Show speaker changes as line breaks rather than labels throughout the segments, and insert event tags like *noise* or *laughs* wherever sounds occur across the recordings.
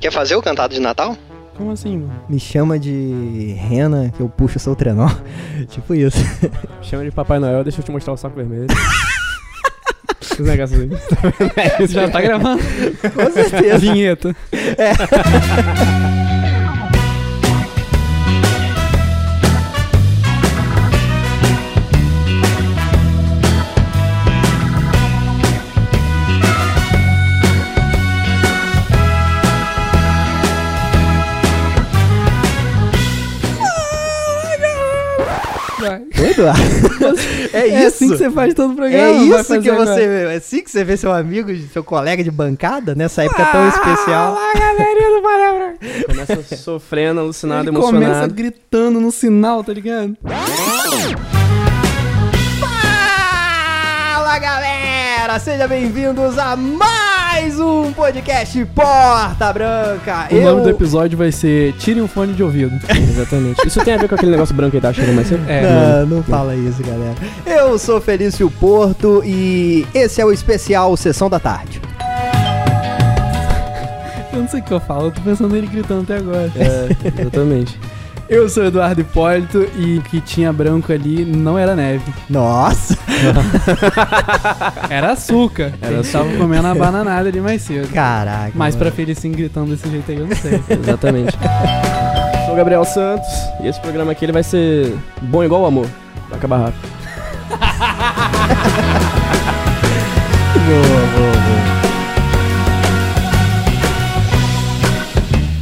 Quer fazer o cantado de Natal?
Como assim, mano?
Me chama de rena que eu puxo o seu
*laughs*
trenó. tipo isso.
Chama de Papai Noel, deixa eu te mostrar o saco *laughs* vermelho. Os negócios *laughs* aí. Isso já tá gravando.
Com certeza.
Vinheta.
Ô, Eduardo. É isso.
*laughs* É assim que você faz todo o programa.
É
vai
isso
fazer
que
agora.
você vê. É assim que você vê seu amigo, seu colega de bancada nessa época tão especial.
Ah, Fala, galerinha do Paraná. Começa sofrendo, alucinado,
Ele começa
emocionado. gritando no sinal, tá ligado?
*laughs* Fala galera, sejam bem-vindos a mais um podcast Porta Branca.
O nome do episódio vai ser Tire um fone de ouvido. *laughs* Exatamente. Isso tem a ver com aquele negócio branco tá aí da cheira mais cedo? É.
Não, não fala isso, galera. Eu sou Felício Porto e esse é o especial Sessão da Tarde.
Eu não sei o que eu falo, eu tô pensando nele gritando até agora. É, exatamente. *laughs* Eu sou Eduardo Hipólito e o que tinha branco ali não era neve,
Nossa,
era açúcar. Era assim. Tava comendo a bananada ali mais cedo.
caraca.
Mas pra
mano.
Felicinho gritando desse jeito aí, eu não sei.
*laughs*
Exatamente. Sou o Gabriel Santos e esse programa aqui ele vai ser bom igual o amor. Vai acabar rápido.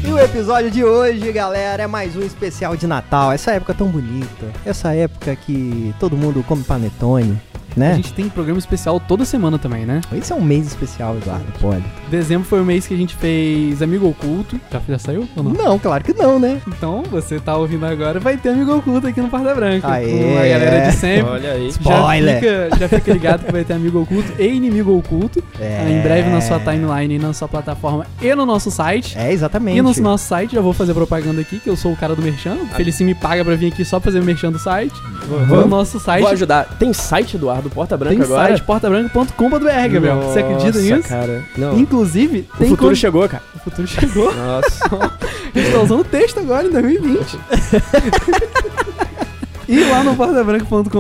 E o episódio de hoje, galera, é mais um especial de Natal. Essa época tão bonita. Essa época que todo mundo come panetone,
A
né?
gente tem programa especial toda semana também, né?
Esse é um mês especial, Eduardo. Pode.
Dezembro foi o mês que a gente fez Amigo Oculto. Já, já saiu ou não?
Não, claro que não, né?
Então, você tá ouvindo agora, vai ter Amigo Oculto aqui no Parda Branca.
Aê!
Com a galera de sempre.
Olha aí.
Já
Spoiler!
fica, já fica ligado que vai ter Amigo Oculto e Inimigo Oculto.
É.
Ah, Em breve na sua timeline, na sua plataforma e no nosso site.
É, exatamente.
E no nosso site, já vou fazer propaganda aqui, que eu sou o cara do Merchan.
Ah.
O Felicinho me paga pra vir aqui só fazer o Merchan do site. No nosso site
Vou ajudar. Tem site, Eduardo, Porta Branca
tem
agora?
site portabranca.com.br, Gabriel. Você acredita
Nossa,
nisso?
cara. Não.
Inclusive,
o
tem
futuro
condi-
chegou, cara.
O futuro
*laughs*
chegou.
Nossa.
A gente tá usando texto agora
*laughs*
em 2020. E lá no portabranca.com.br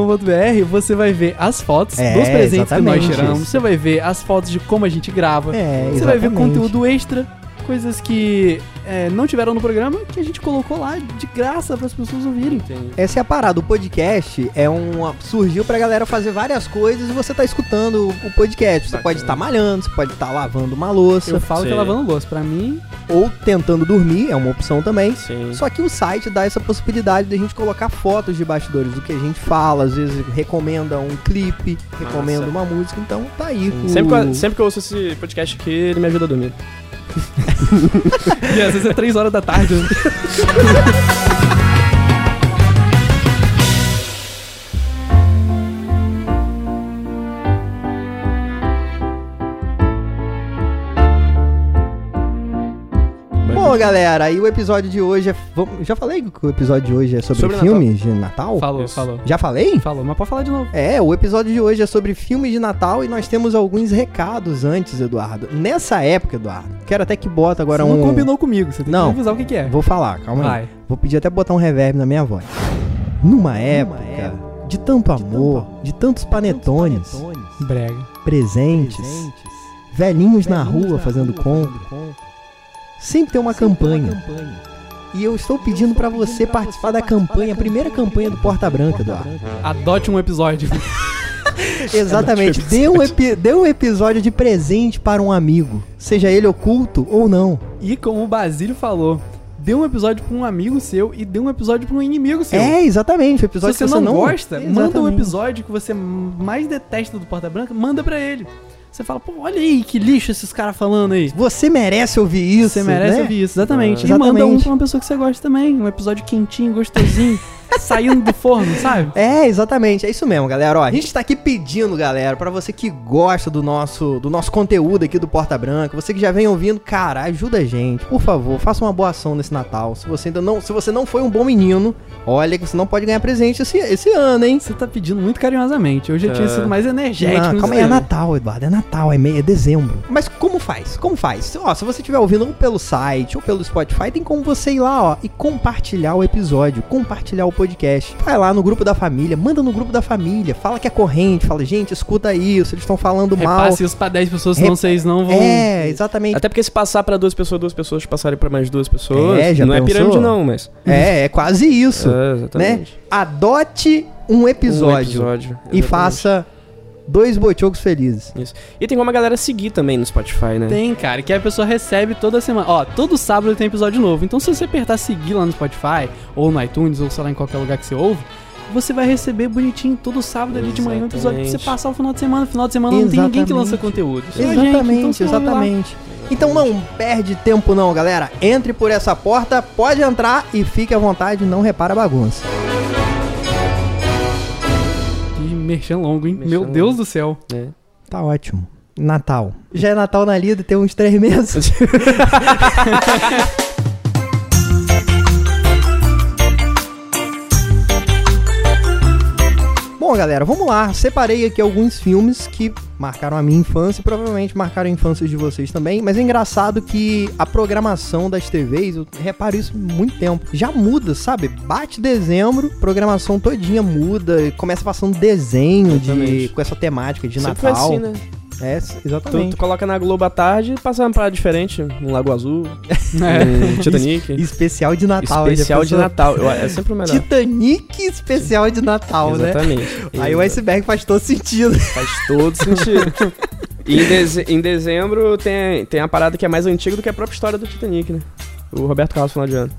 você vai ver as fotos
É,
dos presentes que nós
exatamente
tiramos.
isso.
Você vai ver as fotos de como a gente grava.
É,
você vai ver
exatamente.
conteúdo extra, coisas que é, não tiveram no programa que a gente colocou lá de graça para as pessoas ouvirem.
Essa é a parada. O podcast é um. Surgiu pra galera fazer várias coisas e você tá escutando o podcast. Você
Bacana.
pode estar malhando, você pode estar lavando uma louça,
Eu falo que é
Sim.
lavando louça. Pra mim,
ou tentando dormir, é uma opção também.
Sim.
Só que o site dá essa possibilidade de a gente colocar fotos de bastidores do que a gente fala, às vezes recomenda um clipe, recomenda uma música, então tá aí. o-
Sempre que, eu, sempre que eu ouço esse podcast aqui, ele me ajuda a dormir.
*laughs* e às vezes é 3 horas da tarde.
Bom, galera, aí o episódio de hoje é. vamos- Já falei que o episódio de hoje é sobre,
Sobre
filmes de Natal?
*laughs* Falou,
Isso.
falou.
Já falei?
Falou, mas pode falar de novo.
É, o episódio de hoje é sobre filmes de Natal e nós temos alguns recados antes, Eduardo. Nessa época, Eduardo, quero até que bota agora
você
um.
não combinou comigo, você tem
Não.
que me avisar o que, que é.
Vou falar, calma aí.
Vai.
Vou pedir até botar um reverb na minha voz. Numa época de tanto amor, de tantos panetones,
Brega.
presentes, velhinhos na rua fazendo compra, sempre tem uma campanha. E eu estou pedindo pra você participar da campanha, a primeira campanha do Porta Branca, Eduardo. é
Adote um episódio.
Exatamente. Dê um, epi- dê um episódio de presente para um amigo. Seja ele oculto ou não.
E como o Basílio falou, dê um episódio pra um amigo seu e dê um episódio pra um inimigo seu.
É, exatamente. O
Se
episódio
você
que
não gosta, manda um
Exatamente.
episódio que você mais detesta do Porta Branca, manda pra ele. Você fala, pô, olha aí que lixo esses caras falando aí.
Você merece ouvir isso.
Você merece
né?
ouvir isso, exatamente.
Ah.
E manda um
Exatamente. *laughs*
pra uma pessoa que você gosta também. Um episódio quentinho, gostosinho. saindo do forno, sabe?
É, exatamente, é isso mesmo, galera. Ó, a gente tá aqui pedindo, galera, pra você que gosta do nosso, do nosso conteúdo aqui do Porta Branca, você que já vem ouvindo, cara, ajuda a gente, por favor, faça uma boa ação nesse Natal. Se você ainda não, se você não foi um bom menino, olha que você não pode ganhar presente esse, esse ano, hein?
Você tá pedindo muito carinhosamente. Hoje eu já tinha
É.
sido mais energético.
Não,
nos
calma aí, é
temas.
Natal, Eduardo, é Natal, é, meio, é dezembro. Mas como faz? Como faz? Se- Ó, se você estiver ouvindo ou pelo site ou pelo Spotify, tem como você ir lá, ó, e compartilhar o episódio, compartilhar o podcast. Vai lá no grupo da família, manda no grupo da família, fala que é corrente, fala, gente, escuta isso, eles estão falando
É
mal.
Repasse isso pra 10 pessoas, senão
Repa-
vocês não vão.
É, exatamente.
Até porque se passar pra duas pessoas, duas pessoas passarem pra mais duas pessoas,
É, já
não é
pensou?
pirâmide não, mas...
É, é quase isso,
É,
né?
exatamente.
Adote um episódio,
Um episódio,
e
exatamente.
faça dois botiocos felizes.
Isso. E tem como a galera seguir também no Spotify, né?
Tem, cara, que a pessoa recebe toda semana. Ó, todo sábado tem episódio novo. Então, se você apertar seguir lá no Spotify, ou no iTunes, ou sei lá, em qualquer lugar que você ouve, você vai receber bonitinho todo sábado ali de manhã um episódio pra você
Exatamente.
passar o final de semana. Final de semana não tem ninguém que lança conteúdo. Só a gente, então
Exatamente,
você vai lá.
exatamente. Então não perde tempo não, galera. Entre por essa porta, pode entrar e fique à vontade, não repara a bagunça.
Que merchan longo, hein?
Merchan
Meu
longo.
Deus do céu.
É.
Tá ótimo. Natal. Já é Natal na lida, tem uns três meses. *laughs* Bom, galera, vamos lá. Separei aqui alguns filmes que marcaram a minha infância e provavelmente marcaram a infância de vocês também. Mas é engraçado que a programação das TVs, eu reparo isso há muito tempo, já muda, sabe? Bate dezembro, programação todinha muda, e começa passando desenho de,
Exatamente.
com essa temática de
Sempre foi
Natal.
assim, né?
É,
Tu,
exatamente.
tu coloca na Globo à tarde e passa uma parada diferente. Um Lago Azul,
É.
um Titanic.
Especial de Natal. olha,
especial de
pessoa-
Natal. Eu- É sempre o melhor.
Titanic especial de Natal, né?
Exatamente.
Aí o iceberg faz todo sentido.
Faz todo sentido. *laughs* E em, deze- em dezembro tem, tem a parada que é mais antiga do que a própria história do Titanic, né? O Roberto Carlos final de ano.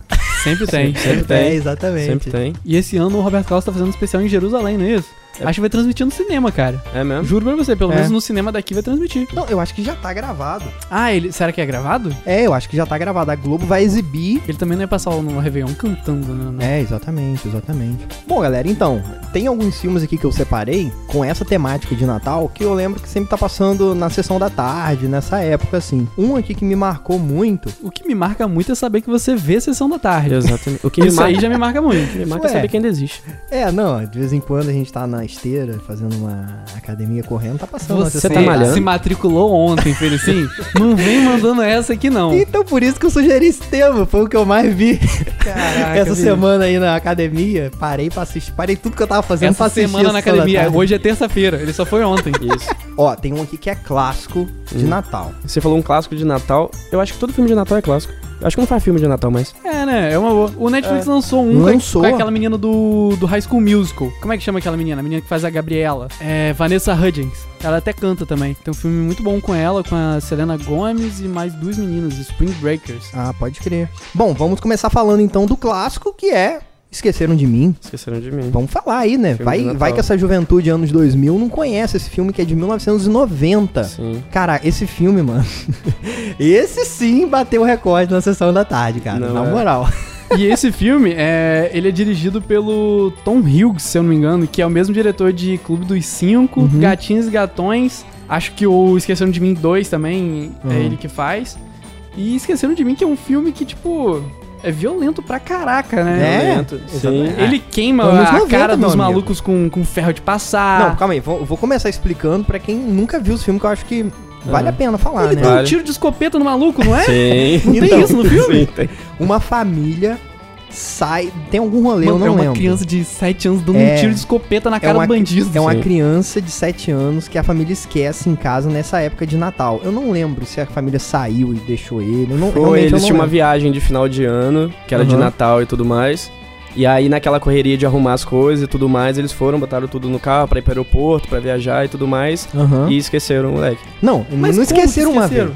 Sempre
Sempre
tem.
*laughs* É,
tem.
exatamente.
Sempre tem.
E esse ano o Roberto Carlos tá fazendo um especial em Jerusalém, não é isso?
É.
Acho que vai transmitir no cinema, cara.
É mesmo?
Juro pra você, pelo
É.
menos no cinema daqui vai transmitir.
Não, eu acho que já tá gravado.
Ah, ele. Será que é gravado?
É, eu acho que já tá gravado. A Globo vai exibir.
Ele também não ia passar no Réveillon cantando, né?
É, exatamente, exatamente. Bom, galera, então, tem alguns filmes aqui que eu separei com essa temática de Natal que eu lembro que sempre tá passando na sessão da tarde, nessa época, assim. Um aqui que me marcou muito.
O que me marca muito é saber que você vê a sessão da tarde.
Exatamente. O que me
Isso aí
marca,
já me marca muito.
me marca é
Ué.
saber que ainda existe.
É, não, de vez em quando a gente tá na esteira, fazendo uma academia correndo, tá passando na
Você
sessão
tá
da
malhando?
se matriculou ontem, Felicinho. não vem mandando essa aqui, não.
Então por isso que eu sugeri esse tema, foi o que eu mais vi
Caraca,
*laughs* essa
bicho.
semana aí na academia. Parei pra assistir, parei tudo que eu tava fazendo pra
Essa
assistir.
semana
essa
na
sessão da
academia.
tarde.
Hoje é terça-feira. Ele só foi ontem.
Isso.
Ó, tem um aqui que é clássico de
Hum.
Natal.
Você falou um clássico de Natal. Eu acho que todo filme de Natal é clássico. Eu acho que não faz filme de Natal mais.
É, né? É uma boa. O Netflix lançou um com-
Lançou.
com aquela menina do, do High School Musical. Como é que chama aquela menina? A menina que faz a Gabriela. É Vanessa Hudgens. Ela até canta também. Tem um filme muito bom com ela, com a Selena Gomes e mais duas meninas, Spring Breakers.
Ah, pode crer. Bom, vamos começar falando então do clássico que é Esqueceram de Mim.
Esqueceram de mim.
Vamos falar aí, né?
Filme
Vai,
de Natal.
vai que essa juventude anos 2000 não conhece esse filme que é de 1990.
Sim.
Cara, esse filme, mano. *laughs* esse sim bateu o recorde na sessão da tarde, cara.
Não
na
é.
moral.
E esse filme, é, ele é dirigido pelo Tom Hughes, se eu não me engano, que é o mesmo diretor de Clube dos Cinco,
Uhum.
Gatinhos e Gatões. Acho que o Esqueceram de Mim 2 também
Uhum.
é ele que faz. E Esqueceram de Mim, que é um filme que, tipo, é violento pra caraca, né?
É,
Violento. Sim.
exatamente.
Ele queima
Anos
a
90,
cara dos
meu amigo.
malucos com, com ferro de
Não,
passar.
calma aí, vou, vou começar explicando pra quem nunca viu os filmes, que eu acho que vale
Ah.
a pena falar,
ele
né?
dá um
Vale.
tiro de escopeta no maluco, não é?
Sim.
Não
Então,
tem isso no filme?
Sim, tem.
Uma família sai. Tem algum rolê, eu
Mano,
não
é uma
lembro.
criança de 7 anos dando
É.
um tiro de escopeta na cara
uma
do bandido.
É uma
Sim.
criança de 7 anos que a família esquece em casa nessa época de Natal. Eu não lembro se a família saiu e deixou ele. Eu não,
Foi,
realmente eu
eles
não
tinham uma
lembro.
viagem de final de ano, que era de
Aham.
Natal e tudo mais. E aí, naquela correria de arrumar as coisas e tudo mais, eles foram, botaram tudo no carro pra ir pro aeroporto, pra viajar e tudo mais.
Aham.
E esqueceram o moleque.
Não,
Mas
não
como que
esqueceram uma vez.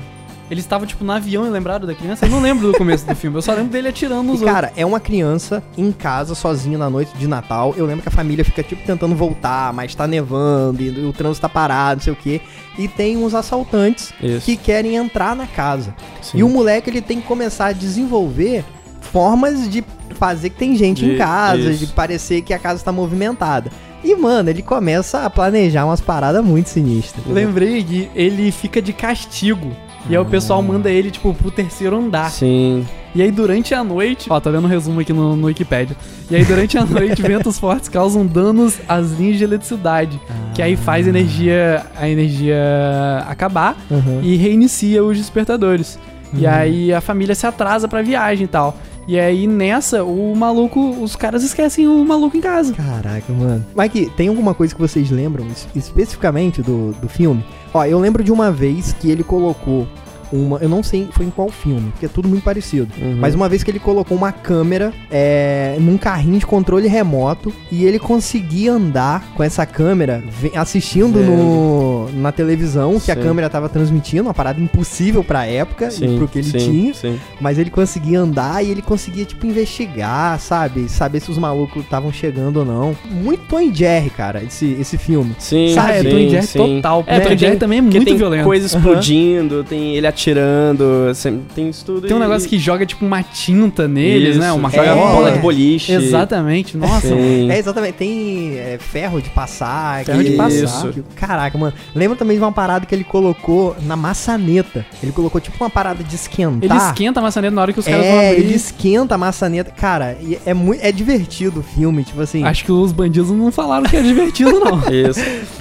Eles estavam, tipo, no avião e lembraram da criança? Eu não lembro do começo do filme. Eu só lembro dele atirando
E,
nos
cara, é uma criança em casa, sozinha na noite de Natal. Eu lembro que a família fica, tipo, tentando voltar, mas tá nevando, e o trânsito tá parado, não sei o quê. E tem uns assaltantes
Isso.
que querem entrar na casa.
Sim.
um
E o moleque ele tem que começar a desenvolver formas de fazer que tem gente
De-
em casa,
isso.
de parecer que a casa tá movimentada. E, mano, ele começa a planejar umas paradas muito sinistras.
Lembrei que ele fica de castigo. E aí o pessoal manda ele, tipo, pro terceiro andar.
Sim.
E aí durante a noite. Ó, tá vendo um resumo aqui no, no Wikipedia. E aí durante
*laughs*
a noite, ventos fortes causam danos às linhas de eletricidade. Que aí faz a energia, a energia acabar
Aham.
e reinicia os despertadores. E
Uhum.
aí a família se atrasa pra viagem e tal. E aí nessa, o maluco, os caras esquecem o maluco em casa.
Caraca, mano. Mike, tem alguma coisa que vocês lembram es- especificamente do, do filme? Ó, eu lembro de uma vez que ele colocou uma. Eu não sei foi em qual filme, porque é tudo muito parecido.
Uhum.
Mas uma vez que ele colocou uma câmera é, num carrinho de controle remoto e ele conseguia andar com essa câmera ve- assistindo no, na televisão que a
Sim.
câmera tava transmitindo, uma parada impossível pra
é
época e pro que ele
sim,
tinha.
Sim.
Mas ele conseguia andar e ele conseguia, tipo, investigar, sabe? Saber se os malucos estavam chegando ou não. Muito Tom e Jerry, cara, esse, esse filme.
Sim,
Sabe, é
sim,
Tom e Jerry
sim.
total.
É,
É,
Tom
Tom
e
e Jerry
Jerry
também é
Porque
muito
tem
violento.
coisa
Aham.
explodindo, tem ele atirando, assim, tem isso tudo.
Tem um
e-
negócio que joga tipo uma tinta neles, né?
Isso,
Uma
joga
é,
bola de boliche.
Exatamente, nossa.
Sim.
É, exatamente. Tem é, ferro de passar.
Ferro
que-
de passar.
que- Caraca, mano. Lembra também de uma parada que ele colocou na maçaneta. Ele colocou, tipo, uma parada de esquentar.
Ele esquenta a maçaneta na hora que os caras vão
Tá. É,
abrir.
ele esquenta a maçaneta. Cara, e é, muito, é divertido o filme, tipo assim.
Acho que os bandidos não falaram que era divertido,
*laughs*
não.
Isso.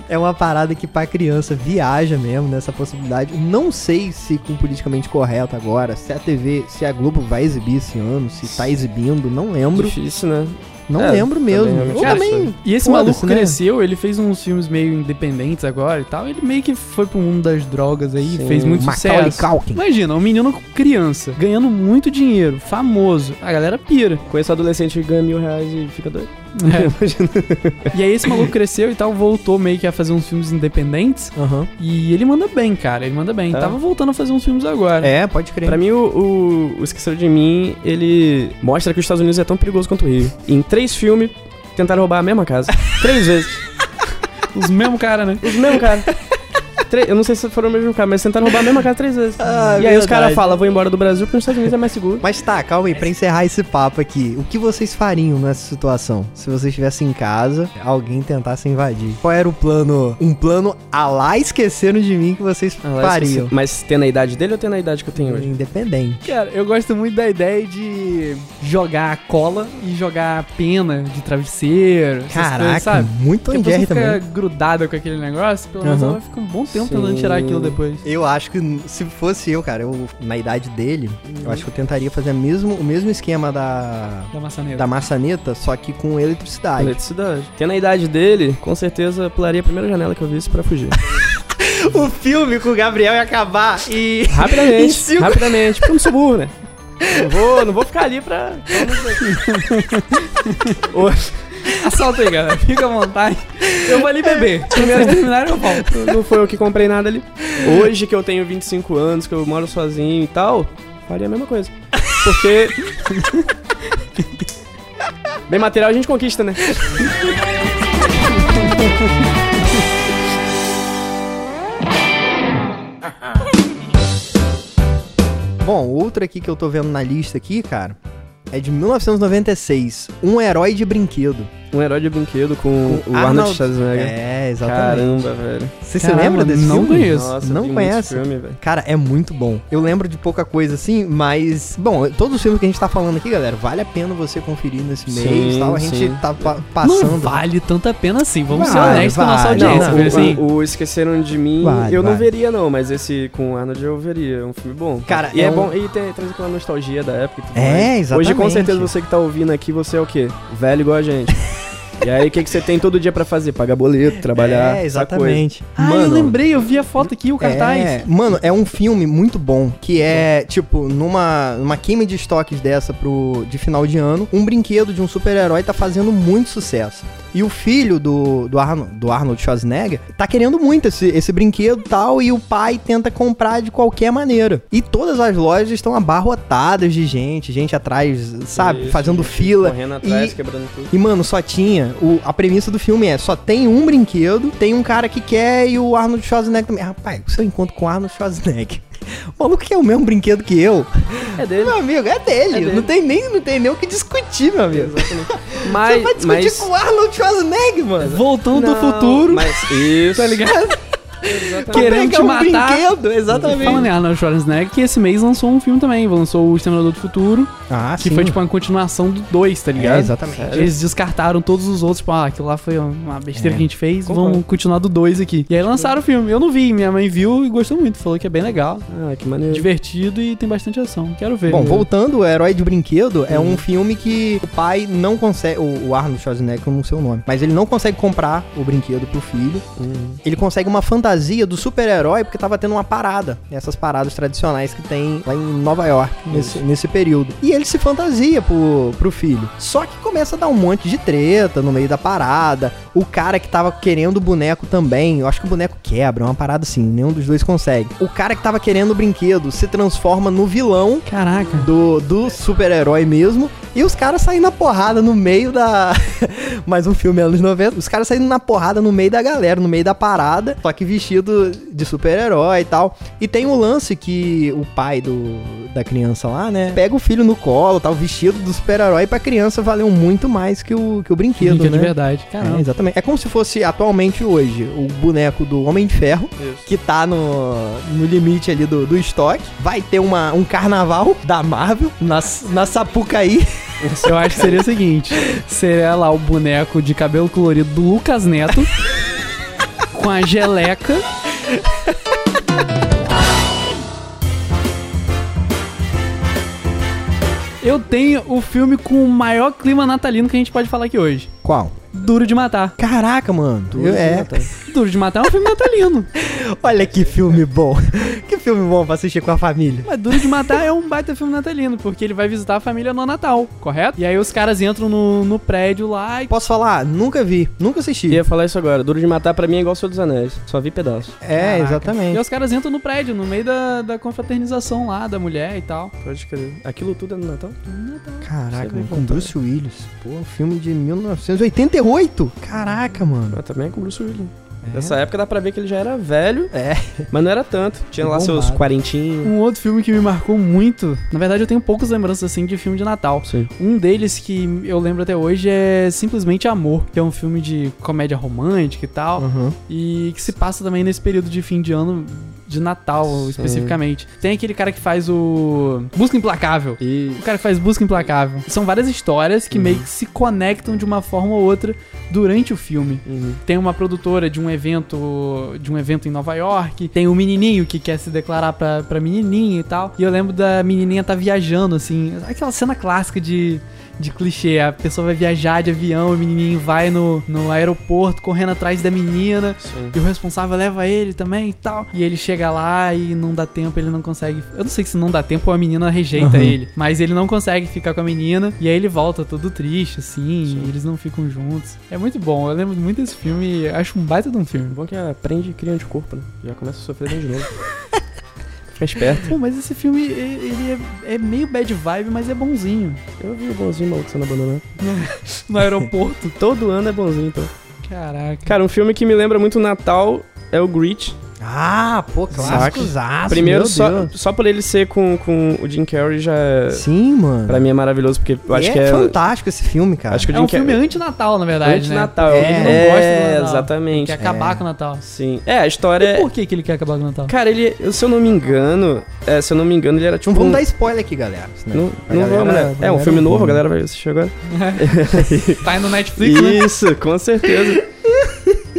É uma parada que pra criança viaja mesmo nessa possibilidade. Não sei se com politicamente correto agora, se a TV, se a Globo vai exibir esse ano, se tá exibindo, não lembro.
Difícil, né?
Não
É,
lembro mesmo.
também,
Ou
cara,
também.
E esse
Foda-se,
maluco
né?
cresceu, ele fez uns filmes meio independentes agora e tal. Ele meio que foi pro mundo das drogas aí,
Sim.
fez muito
Macaulay
sucesso.
Culkin.
Imagina, um menino criança, ganhando muito dinheiro, famoso. A galera
*laughs*
pira. É.
Conheço um adolescente que ganha mil reais e fica doido.
E aí esse maluco cresceu e tal, voltou meio que a fazer uns filmes independentes.
Aham.
E ele manda bem, cara. Ele manda bem.
É.
Tava voltando a fazer uns filmes agora.
É, pode crer.
Pra mim, o, o, o Esqueceram de Mim, ele mostra que os Estados Unidos é tão perigoso quanto o Rio. Em três filmes, tentaram roubar a mesma
*laughs*
casa. três vezes.
Os mesmos caras, né?
Os mesmos caras. Tre- Eu não sei se foram o mesmo cara, mas tentaram roubar a mesma casa três vezes.
Ah,
e aí os
verdade.
caras falam, vou embora do Brasil porque os Estados Unidos é mais seguro.
Mas tá, calma aí, pra encerrar esse papo aqui, o que vocês fariam nessa situação? Se vocês estivessem em casa, alguém tentasse invadir. Qual era o plano? Um plano a lá esqueceram de mim que vocês fariam.
Mas tendo a idade dele ou tendo a idade que eu tenho hoje?
Independente.
Cara, eu gosto muito da ideia de jogar cola e jogar pena de travesseiro. essas
Caraca,
coisas, sabe?
muito
Porque
Tom
a
e
pessoa
Jerry
fica
também.
grudada com aquele negócio, pelo menos
Aham.
ela fica um bom tempo
Sim.
tentando tirar aquilo depois.
Eu acho que se fosse eu, cara, eu na idade dele, eu acho que eu tentaria fazer a mesmo, o mesmo esquema da
Da maçaneta.
da maçaneta, só que com eletricidade.
Eletricidade. Tendo a idade dele, com certeza pularia a primeira janela que eu visse pra fugir.
*laughs* o filme com o Gabriel ia acabar e Em
Rapidamente,
cinco-
rapidamente. Porque eu não sou
*laughs*
burro, né? Não vou, não vou ficar ali pra. Vamos ver.
*laughs* Assalta aí, galera. Fica à
*laughs*
vontade. Eu vou ali
É.
beber. Primeiro terminar eu volto.
Hoje, não foi eu que comprei nada ali. Hoje que eu tenho 25 anos, que eu moro sozinho e tal, faria a mesma coisa. Porque. *laughs* Bem material a gente conquista, né?
Bom, outro aqui que eu tô vendo na lista aqui, cara, é de 1996, Um Herói de Brinquedo.
Um herói de brinquedo com,
Com
o
Arnold
Arnold Schwarzenegger.
É, exatamente.
Caramba, velho.
Você se
Caramba,
lembra desse
não
filme?
conheço.
Nossa,
Não
vi muito
conhece?
Filme, velho.
Cara, é muito bom. Eu lembro de pouca coisa assim, mas. Bom, todos os filmes que a gente tá falando aqui, galera, vale a pena você conferir nesse
Sim,
mês e tal. A gente
sim.
tá pa-
Não
passando.
vale tanta pena assim. Vamos ser
Vale,
honestos com a nossa
vale.
audiência.
Não,
velho,
o,
assim.
o Esqueceram de Mim
Vale,
eu não
vale.
veria, não, mas esse com o Arnold eu veria. É um filme bom.
Cara,
e
é
é,
um-
bom. E tem, traz aquela nostalgia da época e tudo
É,
mais. Hoje, com
exatamente.
certeza, você que tá ouvindo aqui, você é o quê? Velho igual a gente.
*laughs*
e aí, o que, que você tem todo dia pra fazer? Pagar boleto, trabalhar.
é,
essa
exatamente.
Ah, eu
mano.
lembrei, eu vi a foto aqui, o cartaz.
É, mano, é um filme muito bom que é, tipo, numa, numa queima de estoques dessa pro, de final de ano, um brinquedo de um super-herói tá fazendo muito sucesso. E o filho do, do, Arnold, do Arnold Schwarzenegger tá querendo muito esse, esse brinquedo e tal, e o pai tenta comprar de qualquer maneira. E todas as lojas estão abarrotadas de gente, gente atrás, sabe,
Isso,
fazendo
gente
fila.
Correndo atrás,
E- *laughs*
quebrando tudo.
E, mano, só tinha O- a premissa do filme é: só tem um brinquedo, tem um cara que quer e o Arnold Schwarzenegger também. Rapaz, o seu encontro com o Arnold Schwarzenegger. *laughs* O maluco quer o mesmo brinquedo que
*laughs*
eu.
É dele.
Meu amigo, é dele.
É dele.
Não, tem nem, não tem nem o que discutir, meu amigo. Você vai
Mas,
discutir
mas
com o Arnold Schwarzenegger, mano.
Voltando do
Não,
futuro.
*laughs*
Mas isso.
Tá ligado?
Exatamente.
Querendo
Pegar
te
um
matar. né?
brinquedo,
Falando
exatamente.
em Arnold Schwarzenegger, que esse mês lançou um filme também, lançou o Exterminador do Futuro,
Ah,
que foi tipo uma continuação do 2, tá
É,
ligado?
exatamente.
Eles descartaram todos os outros, tipo, ah, aquilo lá foi uma
É.
besteira
Tipo,
que a gente fez,
Concordo.
vamos continuar do 2 aqui. E aí lançaram o filme, eu não vi, minha mãe viu e gostou muito, falou que é bem legal,
Ah, que maneiro.
divertido e tem bastante ação, quero ver.
Bom, voltando, o Herói de Brinquedo é
Uhum.
um filme que o pai não consegue. O o Arnold Schwarzenegger, eu não sei o nome. Mas ele não consegue comprar o brinquedo pro filho.
Uhum.
Ele consegue uma fantasia do super-herói porque tava tendo uma parada. Essas paradas tradicionais que tem lá em Nova York nesse, nesse período. E ele se fantasia pro, pro filho. Só que começa a dar um monte de treta no meio da parada. O cara que tava querendo o boneco também. Eu acho que o boneco quebra, é uma parada assim. Nenhum dos dois consegue. O cara que tava querendo o brinquedo se transforma no vilão
Caraca.
do, do super-herói mesmo. E os caras saindo na porrada no meio da. *laughs* Mais um filme anos 90. Os caras saindo na porrada no meio da galera, no meio da parada. Só que vestido de super-herói e tal. E tem o lance que o pai do, da criança lá, né? Pega o filho no colo, tal, vestido do super-herói pra criança valeu muito mais que o, que o
Que
brinquedo,
é de
né?
verdade.
É,
Caramba.
exatamente. É como se fosse atualmente hoje o boneco do Homem de Ferro,
Isso.
que tá no, no limite ali do, do estoque. Vai ter uma, um carnaval da Marvel na, na Sapucaí.
Eu acho que seria o seguinte: seria lá o boneco de cabelo colorido do Lucas Neto com a geleca. Eu tenho o filme com o maior clima natalino que a gente pode falar aqui hoje.
Qual?
Duro de Matar.
Caraca, mano.
Tudo
Eu- é.
exatamente.
Duro de Matar é um filme natalino.
Olha que filme bom. *laughs* que filme bom pra assistir com a família.
Mas Duro de Matar é um baita filme natalino, porque ele vai visitar a família no Natal, correto? E aí os caras entram no, no prédio lá e.
Posso falar? Nunca vi. Nunca assisti.
Ia falar isso agora. Duro de matar pra mim é igual Senhor dos Anéis. Só vi pedaço.
É,
Caraca. E
exatamente.
os caras entram no prédio, no meio da, da confraternização lá, da mulher e tal.
Pode crer. Aquilo tudo é no Natal? Você
Caraca,
vem
mano, com
contar.
Bruce Willis. Pô, um filme de 1988. Caraca, mano.
Mas também é com o Bruce Willis.
É.
Nessa época dá pra ver que ele já era velho,
É.
mas não era tanto. Tinha lá
Bombado.
seus quarentinhos.
Um outro filme que me marcou muito, na verdade eu tenho poucas lembranças assim de filme de Natal.
Sim.
Um deles que eu lembro até hoje é Simplesmente Amor, que é um filme de comédia romântica e tal,
Uhum.
e que se passa também nesse período de fim de ano de Natal
Sim.
especificamente. Tem aquele cara que faz o Busca Implacável.
E
O cara que faz Busca Implacável. São várias histórias que meio que se conectam de uma forma ou outra durante o filme.
Uhum.
Tem uma produtora de um evento de um evento em Nova York. Tem um menininho que quer se declarar pra, pra menininha e tal. E eu lembro da menininha tá viajando, assim. Aquela cena clássica de, de clichê. A pessoa vai viajar de avião, o menininho vai no, no aeroporto correndo atrás da menina.
Sim.
E o responsável leva ele também e tal. E ele chega lá e não dá tempo, ele não consegue. Eu não sei se não dá tempo ou a menina rejeita
Aham.
ele. Mas ele não consegue ficar com a menina. E aí ele volta todo triste, assim.
Sim.
E eles não ficam juntos. É muito bom. Eu lembro muito desse filme. e Acho um baita de um
O
filme.
bom é que aprende e cria anticorpo, né? Já começa a sofrer desde novo. Fica esperto.
Pô, mas esse filme, e- ele é, é meio bad vibe, mas é bonzinho.
Eu vi o bonzinho maluco sendo abandonado.
No aeroporto.
Todo ano é bonzinho, então.
*laughs* Caraca.
Cara, um filme que me lembra muito o Natal é o Grinch.
Ah, pô, clássico zaço,
Primeiro,
meu
só,
Deus.
só por ele ser com, com o Jim Carrey já é...
Sim, mano.
Pra mim é maravilhoso, porque eu
E
acho que é...
fantástico esse filme, cara.
Acho que o
É
Jim
um
Carrey...
filme anti-Natal, na verdade. né?
Anti-Natal.
É.
Ele não
É,
gosta do Natal.
Ele
Exatamente.
quer acabar
É.
com o Natal.
Sim. É, a história...
E
é-
por que, que ele quer acabar com o
*laughs*
Natal? Tá
Cara, ele... eu- Se eu não me engano... É, se eu não me engano, ele era tipo
Não vamos
um...
dar spoiler aqui, galera. senão
Não,
a
não
galera-
vamos,
a
né? É
galera
um filme
não
novo,
vê.
a galera vai assistir agora.
tá indo no Netflix, né?
Isso, com certeza.
*laughs*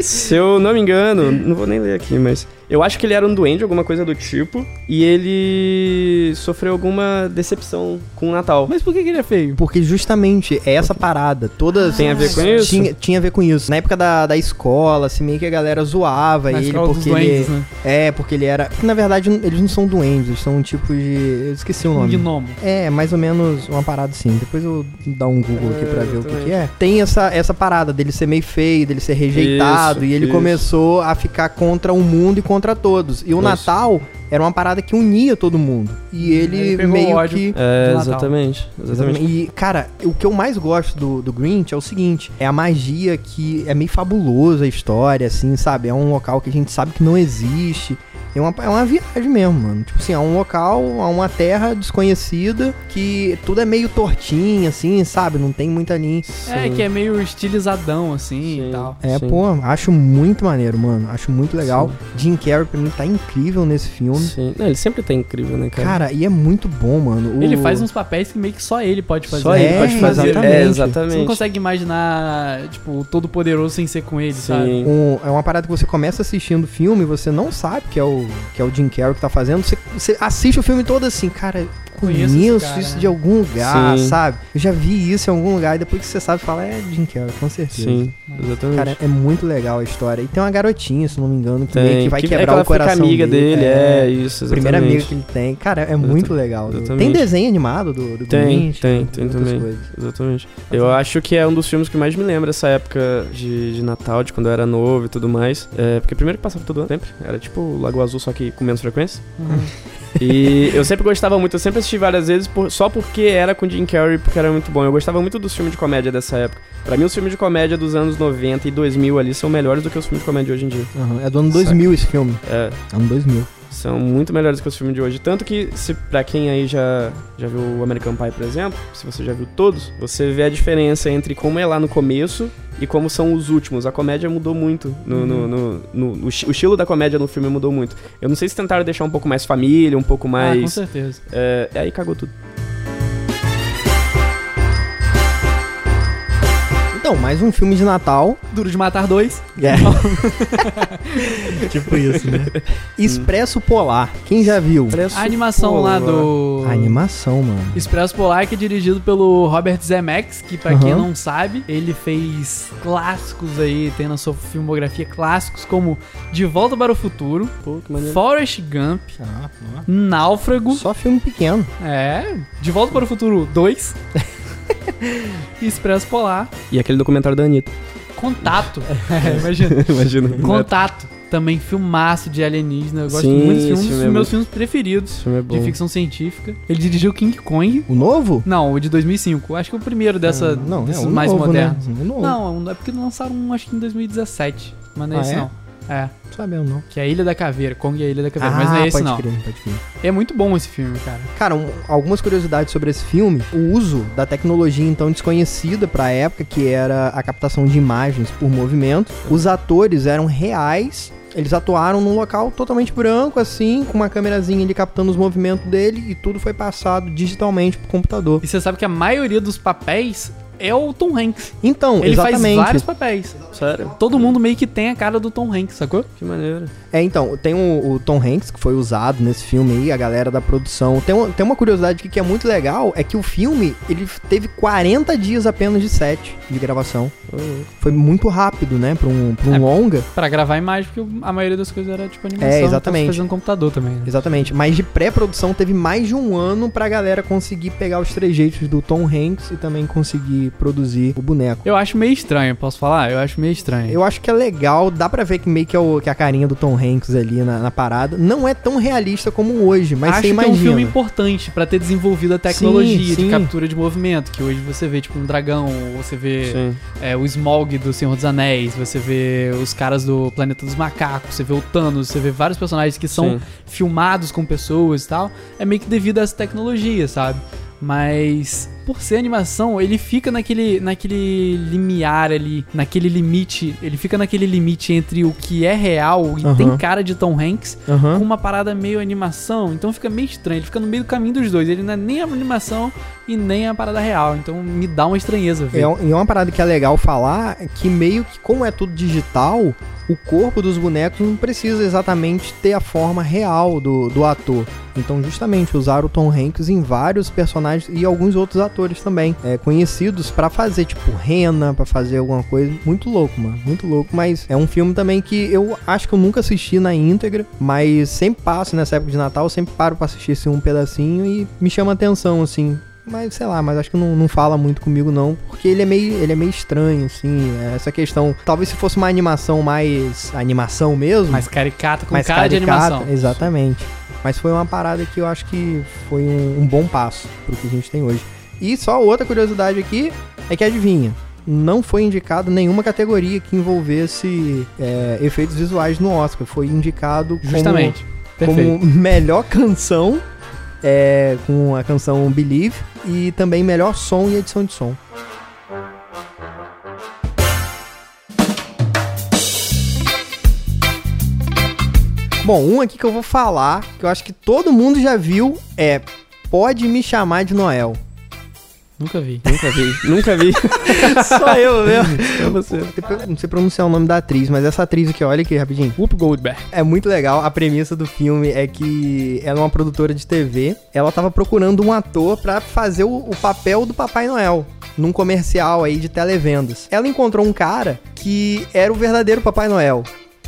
Se eu não me engano, não vou nem ler aqui, mas. Eu acho que ele era um duende, alguma coisa do tipo, e ele sofreu alguma decepção com o Natal.
Mas por que, que ele é feio?
Porque justamente é essa parada, todas...
Tem a ver com isso?
Tinha, tinha a ver com isso. Na época da, da escola, assim, meio que a galera zoava
Na
ele
escola dos
porque ele...
duendes, né?
É, porque ele era... Porque, na verdade, eles não são duendes, eles são um tipo de... Eu esqueci o
Um
nome.
gnomo.
É, mais ou menos uma parada assim. Depois eu vou dar um Google aqui pra
É,
ver o que,
exatamente.
que é. Tem essa, essa parada dele ser meio feio, dele ser rejeitado.
Isso,
e ele
isso.
começou a ficar contra o mundo e contra todos. E o
Isso.
Natal era uma parada que unia todo mundo. E ele,
Ele pegou
meio
o ódio.
que.
É,
Natal.
exatamente. Exatamente.
E, cara, o que eu mais gosto do, do Grinch é o seguinte: é a magia que é meio fabulosa a história, assim, sabe? É um local que a gente sabe que não existe. É uma, é uma viagem mesmo, mano. Tipo assim, é um local, é uma terra desconhecida que tudo é meio tortinho, assim, sabe? Não tem muita linha.
É, que é meio estilizadão, assim,
Sim.
e tal.
É,
Sim.
pô, acho muito maneiro, mano. Acho muito legal. Jim Carrey, pra mim, tá incrível nesse filme.
Sim. Não, ele sempre tá incrível, né, cara? um
Cara, e é muito bom, mano. O-
Ele faz uns papéis que meio que só ele pode fazer.
Só ele
Uh. É,
pode fazer.
exatamente.
É,
Você não
exatamente.
consegue imaginar, tipo, o Todo-Poderoso sem ser com ele, sabe?
Sim.
um- é uma parada que você começa assistindo o filme e você não sabe que é o, que é o Jim Carrey que tá fazendo. Você, você assiste o filme todo assim, cara,
Conheço
conheço,
esse cara,
isso
né?
de algum lugar,
Sim.
sabe? Eu já vi isso em algum lugar e depois que você sabe, fala, é Jim Carrey, com certeza.
Sim, exatamente.
Cara, é muito legal a história. E tem uma garotinha, se não me engano, que,
Tem.
meio que vai
é que
quebrar
ela
o coração
fica amiga dele, é, isso,
A
exatamente.
primeira amiga que ele tem. Cara, é muito legal. Tem
exatamente.
desenho animado do, do
Tem,
Grinch,
tem,
né?
tem
outras
também.
coisas.
Exatamente.
Tá
Eu acho que é um dos filmes que mais me lembra essa época de, de Natal, de quando eu era novo e tudo mais. É, porque primeiro que passava todo ano, sempre. Era tipo o Lago Azul, só que com menos frequência.
Uhum.
E eu sempre gostava muito, eu sempre assisti várias vezes por- só porque era com Jim Carrey, porque era muito bom. Eu gostava muito dos filmes de comédia dessa época. Pra mim, os filmes de comédia dos anos 90 e 2000 ali são melhores do que os filmes de comédia de hoje em dia.
Aham, É do ano 2000 esse filme. um
É,
Ano 2000.
são muito melhores que os filmes de hoje. Tanto que, se pra quem aí já, já viu o American Pie, por exemplo, se você já viu todos, você vê a diferença entre como é lá no começo e como são os últimos. A comédia mudou muito. No,
Uhum.
no, no- no- no- o esti- o estilo da comédia no filme mudou muito. Eu não sei se tentaram deixar um pouco mais família, um pouco
Ah, com
mais.
certeza.
é, aí cagou tudo.
Então, mais um filme de Natal.
Duro de Matar dois.
É. *laughs* tipo isso, né?
Hum.
Expresso Polar. Quem já viu?
A animação lá do...
A animação, mano.
Expresso Polar, que é dirigido pelo Robert Zemeckis, que pra quem
Aham.
não sabe, ele fez clássicos aí, tem na sua filmografia clássicos como De Volta para o Futuro,
Pô, que maneiro.
Forrest Gump, Náufrago,
Só filme pequeno.
é, De Volta para o Futuro *laughs* 2, Expresso Polar,
E aquele documentário da Anitta. *laughs*
Contato, *laughs* é, imagina,
Imagina.
Contato, também filmaço de alienígena, eu gosto
Sim,
muito desse
esse filme
filme, um dos
é
meus
muito-
filmes preferidos
Esse filme é bom.
de ficção científica. Ele dirigiu King Kong,
O novo?
Não, o de 2005. Acho que o primeiro dessa.
Ah, não,
desses
é o
mais
novo,
modernos.
Né? O novo.
Não, é porque lançaram um, acho que em 2017. Mas não é
Ah,
esse,
é?
não. É,
Não sabemos, não.
que é a Ilha da Caveira. Kong é a Ilha da Caveira. mas não é esse,
Ah, pode
não.
crer, pode crer.
É muito bom esse filme, cara.
Cara, um- algumas curiosidades sobre esse filme. O uso da tecnologia então desconhecida pra época, que era a captação de imagens por movimento. Os atores eram reais. Eles atuaram num local totalmente branco, assim, com uma câmerazinha ali captando os movimentos dele e tudo foi passado digitalmente pro computador.
E você sabe que a maioria dos papéis é o Tom Hanks.
Então,
Ele
exatamente.
faz vários papéis.
Sério?
Todo mundo meio que tem a cara do Tom Hanks, sacou?
Que maneiro.
É, então, tem o, o Tom Hanks que foi usado nesse filme aí, a galera da produção. Tem, um- tem uma curiosidade aqui que é muito legal, é que o filme, ele teve 40 dias apenas de set de gravação.
Ô, louco.
Foi muito rápido, né, pra um, pra um
É.
longa.
Pra gravar imagem, porque a maioria das coisas era tipo animação.
É,
então
exatamente.
você fazia no computador também. né?
Exatamente, mas de pré-produção teve mais de um ano pra galera conseguir pegar os trejeitos do Tom Hanks e também conseguir produzir o boneco.
Eu acho meio estranho, posso falar? Eu acho meio estranho.
Eu acho que é legal, dá pra ver que meio que é, o- que é a carinha do Tom Hanks ali na, na parada. Não é tão realista como hoje, mas
acho
você imagina.
que é um filme importante pra ter desenvolvido a tecnologia
Sim, sim.
de captura de movimento, que hoje você vê tipo um dragão, ou você vê
Sim.
é, o Smaug do Senhor dos Anéis, você vê os caras do Planeta dos Macacos, você vê o Thanos, você vê vários personagens que são
Sim.
filmados com pessoas e tal. É meio que devido a essa tecnologia, sabe? Mas por ser animação, ele fica naquele naquele limiar ali, naquele limite, ele fica naquele limite entre o que é real e
Aham.
tem cara de Tom Hanks
Aham.
com uma parada meio animação, então fica meio estranho, ele fica no meio do caminho dos dois, ele não é nem a animação e nem a parada real, então me dá uma estranheza ver.
É, um- e é uma parada que é legal falar é que meio que como é tudo digital, o corpo dos bonecos não precisa exatamente ter a forma real do, do ator. Então, justamente, usaram o Tom Hanks em vários personagens e alguns outros atores também, é, conhecidos pra fazer, tipo, Rena, pra fazer alguma coisa. Muito louco, mano. Muito louco. Mas é um filme também que eu acho que eu nunca assisti na íntegra, mas sempre passo nessa época de Natal, sempre paro pra assistir assim, um pedacinho e me chama atenção, assim. Mas sei lá, mas acho que não, não fala muito comigo não, porque ele é meio, ele é meio estranho, assim, essa questão. Talvez se fosse uma animação mais. animação mesmo.
Mais caricata, com
mais
cara de
caricata,
animação.
Exatamente. Mas foi uma parada que eu acho que foi um, um bom passo pro que a gente tem hoje. E só outra curiosidade aqui é que adivinha. Não foi indicado nenhuma categoria que envolvesse é, efeitos visuais no Oscar. Foi indicado como-
Justamente.
como,
Perfeito.
melhor canção, é, com a canção Believe, e também melhor som e edição de som. Bom, um aqui que eu vou falar, que eu acho que todo mundo já viu, é Pode Me Chamar de Noel.
Nunca vi.
Nunca vi. Nunca vi.
*laughs*
Só eu mesmo.
É você.
Não sei pronunciar o nome da atriz, mas essa atriz aqui, olha aqui rapidinho.
Whoop Goldberg.
É muito legal. A premissa do filme é que ela é uma produtora de TV. Ela tava procurando um ator pra fazer o, o papel do Papai Noel num comercial aí de televendas. Ela encontrou um cara que era o verdadeiro Papai Noel.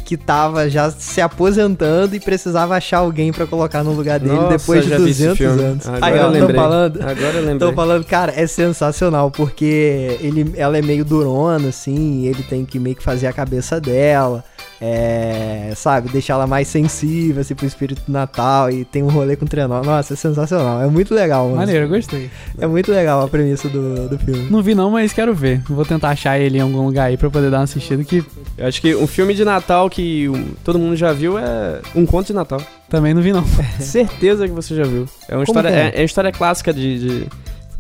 Que tava já se aposentando e precisava achar alguém pra colocar no lugar dele
Nossa,
depois de
já vi esse
200
filme.
anos.
Agora
Aí,
eu
ó, tô
lembrei.
falando.
Agora eu
Tô
lembrei.
falando, cara, é sensacional, porque ele, ela é meio durona, assim, e ele tem que meio que fazer a cabeça dela, é, sabe, deixar ela mais sensível, assim, pro espírito do Natal, e tem um rolê com o trenó. Nossa, é sensacional, é muito legal, mano.
Maneiro, eu gostei.
É muito legal a premissa do, do filme.
Não vi não, mas quero ver. Vou tentar achar ele em algum lugar aí pra eu poder dar uma assistida, que
Eu acho que um filme de Natal que um- todo mundo já viu é Um Conto
*laughs*
de Natal.
também não vi não.
Certeza que você já viu. É uma história,
que é?
é? é uma história clássica de, de-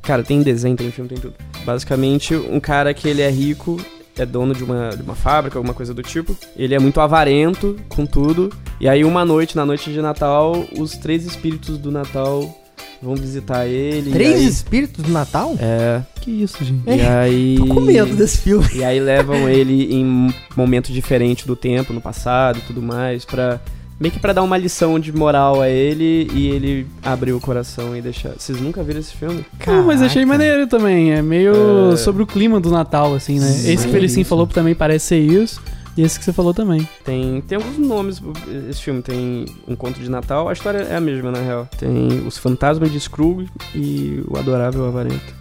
Cara, tem desenho, tem filme, tem tudo. Basicamente, um cara que ele é rico, é dono de uma, de uma fábrica, alguma coisa do tipo. Ele é muito avarento com tudo. E aí, uma noite, na noite de Natal, os três espíritos do Natal vão visitar ele. e
Três
aí-
espíritos do Natal?
É.
Que isso, gente.
E aí.
Tô com medo desse filme.
E aí levam ele em momentos diferentes do tempo, no passado e tudo mais, pra. Meio que pra dar uma lição de moral a ele e ele abrir o coração e deixar. Vocês nunca viram esse filme?
Não, mas achei maneiro também. É meio
É.
sobre o clima do Natal, assim, né?
Sim.
Esse que o Felicim falou também parece ser isso. E esse que você falou também.
Tem. Tem alguns nomes esse filme. Tem Um Conto de Natal, a história é a mesma, na real. Tem Os Fantasmas de Scrooge e O Adorável Avarento.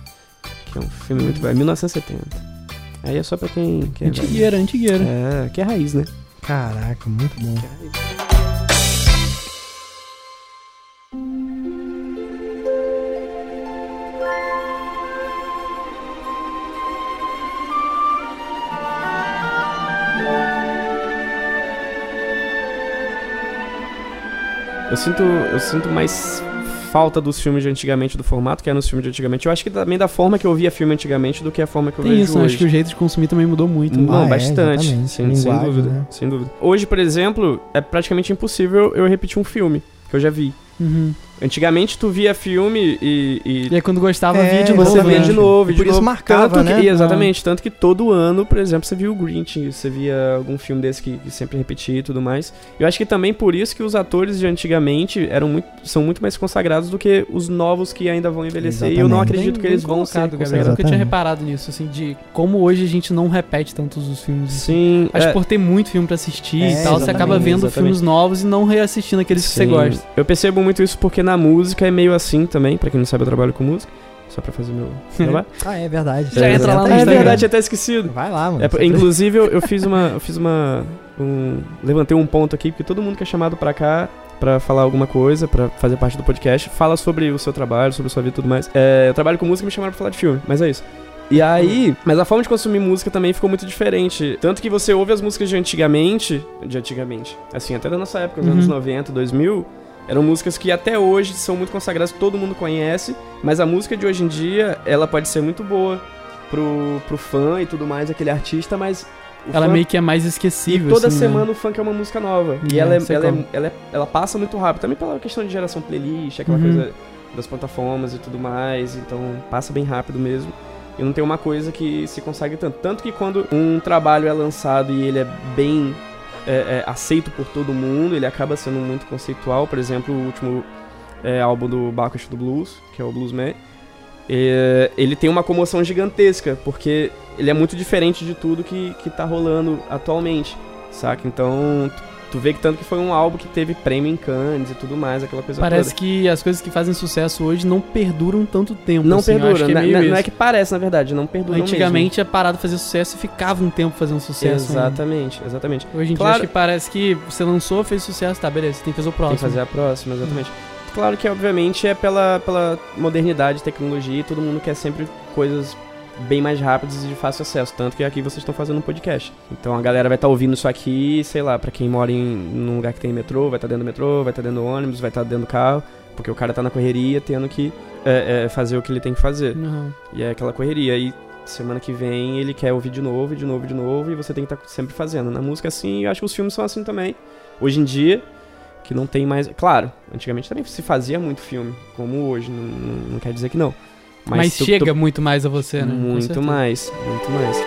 Que é um filme muito bom. É 1970. Aí é só pra quem. quem é velho.
Antigueira, antigueira.
É, que é raiz, né?
Caraca, muito bom.
Eu sinto, eu sinto mais falta dos filmes de antigamente, do formato que era nos filmes de antigamente. Eu acho que também da forma que eu via filme antigamente do que a forma que eu
Tem
vejo
isso, né?
hoje.
acho que o jeito de consumir também mudou muito. né?
Não,
Ah, é,
bastante.
exatamente.
sem, sem
Linguagem,
dúvida,
né?
sem dúvida. Hoje, por exemplo, é praticamente impossível eu repetir um filme que eu já vi.
Uhum.
Antigamente tu via filme e, e
E aí quando gostava,
É,
via de novo.
você
né?
via de novo,
E
e
por
de
isso
novo.
marcava,
tanto que,
né?
Exatamente, tanto que todo ano, por exemplo, você via o Grinch, você via algum filme desse que, que sempre repetia e tudo mais. Eu acho que também por isso que os atores de antigamente eram muito, são muito mais consagrados do que os novos que ainda vão envelhecer. E eu não
Exatamente.
acredito que eles vão ser
colocado, Gabriel. Eu
consagrados.
nunca tinha
Exatamente.
reparado nisso, assim, de como hoje a gente não repete tantos os filmes. assim.
Sim,
Acho
é,
que por ter muito filme pra assistir
É,
e tal, você acaba
exatamente,
vendo
exatamente.
filmes novos e não reassistindo aqueles que você
sim.
gosta.
Eu percebo muito isso porque na música é meio assim também, pra quem não sabe, eu trabalho com música. Só pra fazer
*laughs*
meu trabalho.
Ah, é verdade.
né? Já entra lá no
É
Instagram.
verdade, tinha até esquecido.
Vai lá, mano. tá
É, pô, inclusive, eu, eu fiz uma. Eu fiz uma. um- levantei um ponto aqui, porque todo mundo que é chamado pra cá pra falar alguma coisa, pra fazer parte do podcast, fala sobre o seu trabalho, sobre a sua vida e tudo mais. É, eu trabalho com música e me chamaram pra falar de filme, mas é isso. E aí, mas a forma de consumir música também ficou muito diferente. Tanto que você ouve as músicas de antigamente, de antigamente, assim, até da nossa época, nos
Uhum.
anos 90, 2000, eram músicas que até hoje são muito consagradas, todo mundo conhece, mas a música de hoje em dia, ela pode ser muito boa pro, pro fã e tudo mais, aquele artista, mas. o
Ela
fã-
meio que é mais
e
esquecível.
toda
assim, né?
semana o funk é uma música nova. E
É,
ela, é-
sei
ela, é-
como.
ela, é- ela passa muito rápido. Também pela questão de geração playlist, aquela
Uhum.
coisa das plataformas e tudo mais. Então passa bem rápido mesmo. E não tem uma coisa que se consegue tanto. Tanto que quando um trabalho é lançado e ele é bem é, é, aceito por todo mundo, ele acaba sendo muito conceitual. Por exemplo, o último é, álbum do Bacchus do Blues, que é o Bluesman, é, ele tem uma comoção gigantesca, porque ele é muito diferente de tudo que, que tá rolando atualmente, saca? Então, Tu vê que tanto que foi um álbum que teve prêmio em Cannes e tudo mais, aquela coisa
Parece
toda.
que as coisas que fazem sucesso hoje não perduram tanto tempo.
Não
assim, eu
perdura,
acho que é
né?
meio
não,
isso.
é que parece, na verdade, não perdura
Antigamente a parada fazia sucesso e ficava um tempo fazendo sucesso. né?
Exatamente, exatamente.
Hoje em
Claro.
dia acho que parece que você lançou, fez sucesso, tá, beleza, você tem que fazer o
Tem
próximo.
que fazer a próxima, exatamente. Claro que, obviamente, é pela, pela modernidade, tecnologia e todo mundo quer sempre coisas bem mais rápidas e de fácil acesso. Tanto que aqui vocês estão fazendo um podcast. Então a galera vai estar ouvindo isso aqui, sei lá, pra quem mora em num lugar que tem metrô, vai estar dentro do metrô, vai estar dentro do ônibus, vai estar dentro do carro, porque o cara tá na correria tendo que é, é, fazer o que ele tem que fazer.
Uhum.
E é aquela correria. E semana que vem ele quer ouvir de novo, e de novo, e de novo, e você tem que estar sempre fazendo. Na música é assim, e eu acho que os filmes são assim também. Hoje em dia, que não tem mais. Claro, antigamente também se fazia muito filme, como hoje, não, não- não quer dizer que não.
Mas,
tu- tu-
chega muito mais a você, né? Com
muito
certeza.
mais, muito mais.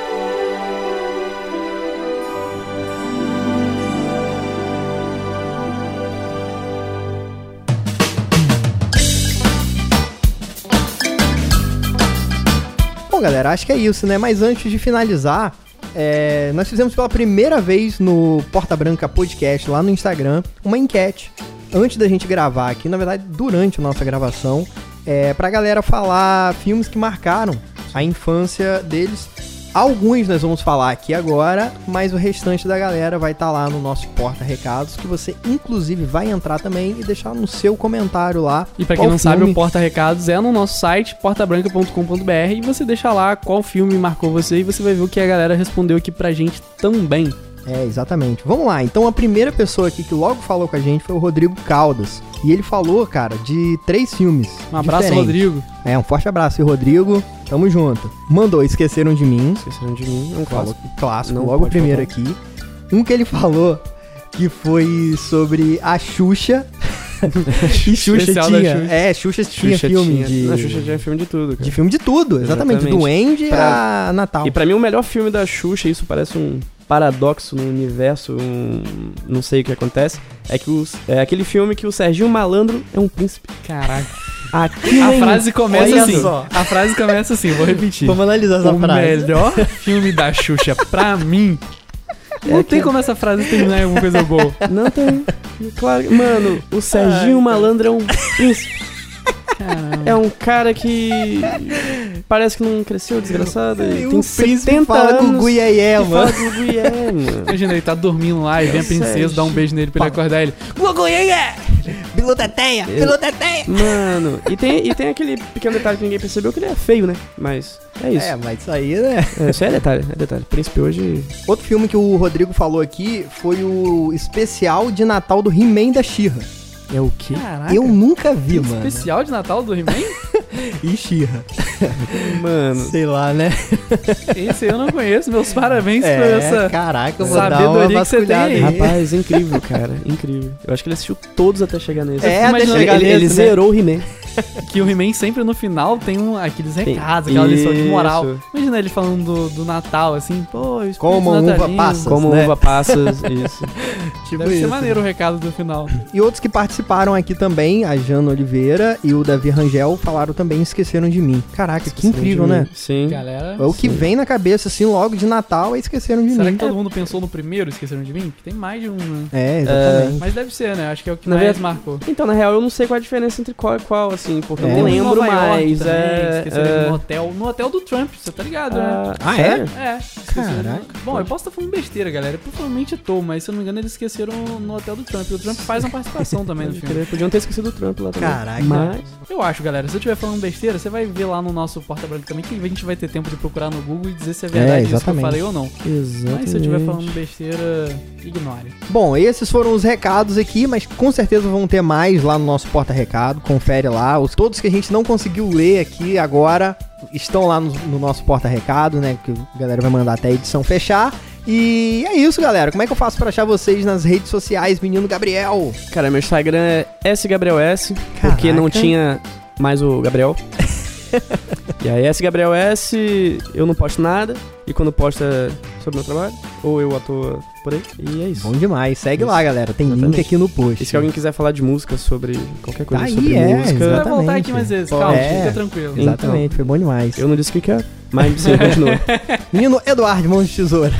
Bom, galera, acho que é isso, né? Mas antes de finalizar, é, nós fizemos pela primeira vez no Porta Branca Podcast, lá no Instagram, uma enquete. Antes da gente gravar aqui, na verdade, durante a nossa gravação, é, pra galera falar filmes que marcaram a infância deles. Alguns nós vamos falar aqui agora, mas o restante da galera vai estar lá no nosso Porta Recados, que você inclusive vai entrar também e deixar no seu comentário lá.
E pra quem
qual
não sabe,
filme-
o Porta Recados é no nosso site, portabranca.com.br, e você deixa lá qual filme marcou você e você vai ver o que a galera respondeu aqui pra gente também.
É, exatamente. Vamos lá, então a primeira pessoa aqui que logo falou com a gente foi o Rodrigo Caldas. E ele falou, cara, de três filmes.
Um abraço,
diferentes.
Rodrigo.
É, um forte abraço, e Rodrigo. Tamo junto. Mandou Esqueceram de Mim.
Esqueceram de mim, é um
Falou
clássico.
clássico,
Não
logo o
pode
primeiro
faltar.
aqui. Um que ele falou que foi sobre a Xuxa. e Xuxa
Especial da
tinha.
Xuxa.
É, Xuxa tinha filme
tinha-
de.
Não, Xuxa tinha filme de tudo, cara.
De filme de tudo, exatamente.
Exatamente.
Do Andy a Natal.
E pra mim o melhor filme da Xuxa, isso parece um paradoxo no universo, um, não sei o que acontece, é que os, é aquele filme que o Serginho Malandro é um príncipe.
Caraca.
Aqui
A
nem-
frase começa
Olha
assim.
só.
A frase começa assim, vou repetir.
Vamos analisar essa
o
frase.
melhor filme da Xuxa pra mim.
É
Não tem como essa frase terminar em alguma
*laughs*
coisa boa.
Não tem. Claro, que- mano, o Serginho Malandro é um príncipe.
Caramba.
É um cara que parece que não cresceu, desgraçado.
É, E
Ele
o
tem
príncipe
70
fala
anos.
com o Guyayé,
e fala
mano.
que o Gui é, mano.
Imagina, ele tá dormindo lá e vem a princesa, dá um beijo nele pra ele acordar ele.
Biluteteia, biluteteia.
Mano, e tem, e tem aquele pequeno detalhe que ninguém percebeu que ele é feio, né? Mas é isso.
É, mas isso aí, né?
É, isso aí é detalhe, é detalhe. Príncipe hoje
Outro filme que o Rodrigo falou aqui foi o especial de Natal do He-Man da Xirra.
é o quê?
Caraca.
Eu nunca vi,
Tem
mano.
especial de Natal do He-Man?
E Xirra.
Mano,
Sei lá, né?
Esse eu não conheço. Meus parabéns por
É,
essa.
caraca, eu vou dar uma
sabedoria que você tem
vasculhada
aí.
aí.
Rapaz, é incrível, cara. Incrível. Eu acho que ele assistiu todos até chegar nesse.
É, até
Ele-
Imagina,
chegar
ele, ele
nesse, né?
zerou o He-Man.
Que o He-Man sempre no final tem um, aqueles
Tem-
recados, aquela lição de moral.
Isso.
Imagina ele falando do, do Natal, assim, pô, espírito
Comam uva
natalino.
passa.
Como
né?
uva *laughs* passa, isso.
Tipo
Deve ser
isso.
maneiro o recado do final.
E outros que participaram aqui também, a Jana Oliveira e o Davi Rangel, falaram também Esqueceram de Mim. Caraca, que incrível, né?
Sim.
Galera,
É o que vem na cabeça, assim, logo de Natal, é Esqueceram de
será
Mim.
que tá todo mundo pensou no primeiro, esqueceram de mim? Que tem mais de um, né?
É, exatamente.
Mas deve ser, né? Acho que é o que
Na
mais
verdade-
marcou.
Então, na real, eu não sei qual a diferença entre qual e qual, assim, porque eu
É.
não
Tem um em
lembro
Nova York
mais.
também,
é,
esqueceram de
é,
mim no hotel. No hotel do Trump, você tá ligado, né?
ah,
Ah,
sério?
É, esqueceram.
Caraca.
Bom, eu posso estar falando besteira, galera. Eu provavelmente tô, mas se eu não me engano, eles esqueceram no hotel do Trump. E o Trump faz uma participação também no
Pode
filme.
crer, Podiam ter esquecido o Trump lá também.
Caraca.
Né? Mas,
Eu acho, galera, se eu estiver falando besteira, você vai ver lá no nosso Porta Branca também, que a gente vai ter tempo de procurar no Google e dizer se é verdade isso que eu
exatamente.
falei ou não.
exatamente.
Mas se eu estiver falando besteira, ignore.
Bom, esses foram os recados aqui, mas com certeza vão ter mais lá no nosso porta-recado. Confere lá. Os, todos que a gente não conseguiu ler aqui agora estão lá no, no nosso porta-recado, né? Que a galera vai mandar até a edição fechar. E é isso, galera. Como é que eu faço pra achar vocês nas redes sociais, menino Gabriel?
Cara, meu Instagram é sgabriels, porque
Caraca.
não tinha mais o
*laughs*
Gabriel. e aí, sgabriels, eu não posto nada, e quando posto é sobre meu trabalho, ou eu atuo por aí, e é isso.
Bom demais. Segue
Isso.
lá, galera. Tem link
Exatamente.
aqui no post.
E se alguém quiser falar de música, sobre qualquer coisa
Aí,
sobre
é,
música,
Você vai
Exatamente.
voltar aqui mais vezes, calma,
É.
fica tranquilo.
Então.
Exatamente, foi bom demais. *laughs*
eu não disse o que que é, mas sim, continua.
*laughs*
Menino Eduardo, mão de tesoura.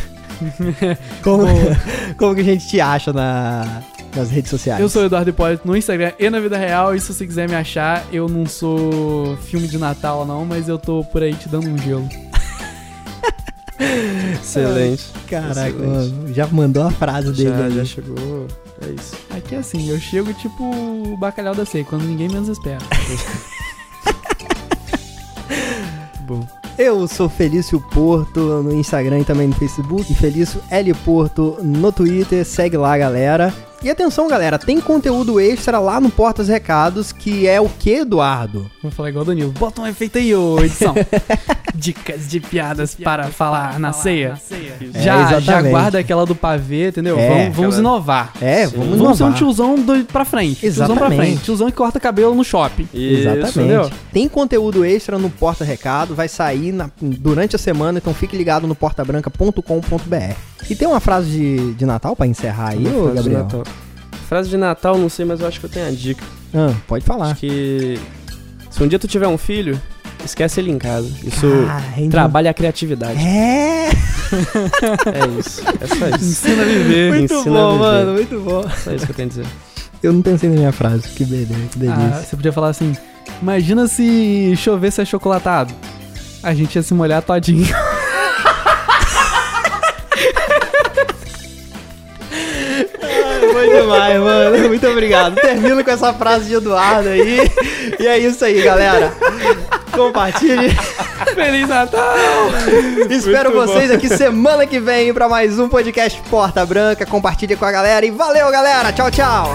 Como, *laughs* como que a gente te acha na- nas redes sociais?
Eu sou o Eduardo Hipólito no Instagram e na vida real. E se você quiser me achar, eu não sou filme de Natal, não, mas eu tô por aí te dando um gelo.
Excelente.
Caraca,
Excelente.
mano, já mandou a frase dele.
Já,
ali.
já chegou. É isso.
Aqui é assim, eu chego tipo o bacalhau da seca, quando ninguém menos espera.
Bom.
Eu sou Felício Porto no Instagram e também no Facebook. E Felício L Porto no Twitter. Segue lá, galera. E atenção, galera, tem conteúdo extra lá no Portas Recados, que é o que, Eduardo?
Vou falar igual o Danilo. Bota um efeito aí, ô *laughs* edição. Dicas de piadas para falar na ceia.
É,
Já, já
exatamente.
guarda aquela do pavê, entendeu?
É,
vamos vamos
aquela-
inovar.
É,
Sim.
vamos
Vamos ser um
inovar.
tiozão do, pra frente. Tiozão pra
Exatamente.
frente. Tiozão que corta cabelo no shopping.
Isso.
entendeu?
Exatamente. Tem conteúdo extra no Porta Recado, vai sair na- durante a semana, então fique ligado no portabranca.com.br. E tem uma frase de, de Natal pra encerrar aí, ô
frase
Gabriel?
de Natal. Frase de Natal, não sei, mas eu acho que eu tenho a dica.
Ah, pode falar.
Acho que. Se um dia tu tiver um filho, esquece ele em casa. Isso
Caramba.
trabalha a criatividade.
*laughs* É!
É isso. É só isso.
Ensina a viver.
Muito Ensina a bom, viver. mano,
muito bom.
só isso que eu tenho a dizer.
Eu não pensei na minha frase, que beleza, que
Ah,
*laughs* delícia.
você podia falar assim: imagina se chover se achocolatado. A gente ia se molhar todinho.
é, Foi demais, mano. *laughs* Muito obrigado. Termino com essa frase de Eduardo aí. *laughs* E é isso aí, galera. Compartilhe.
*laughs* Feliz Natal!
*laughs* Espero
bom.
vocês aqui semana que vem pra mais um podcast Porta Branca. Compartilha com a galera e valeu, galera. Tchau, tchau.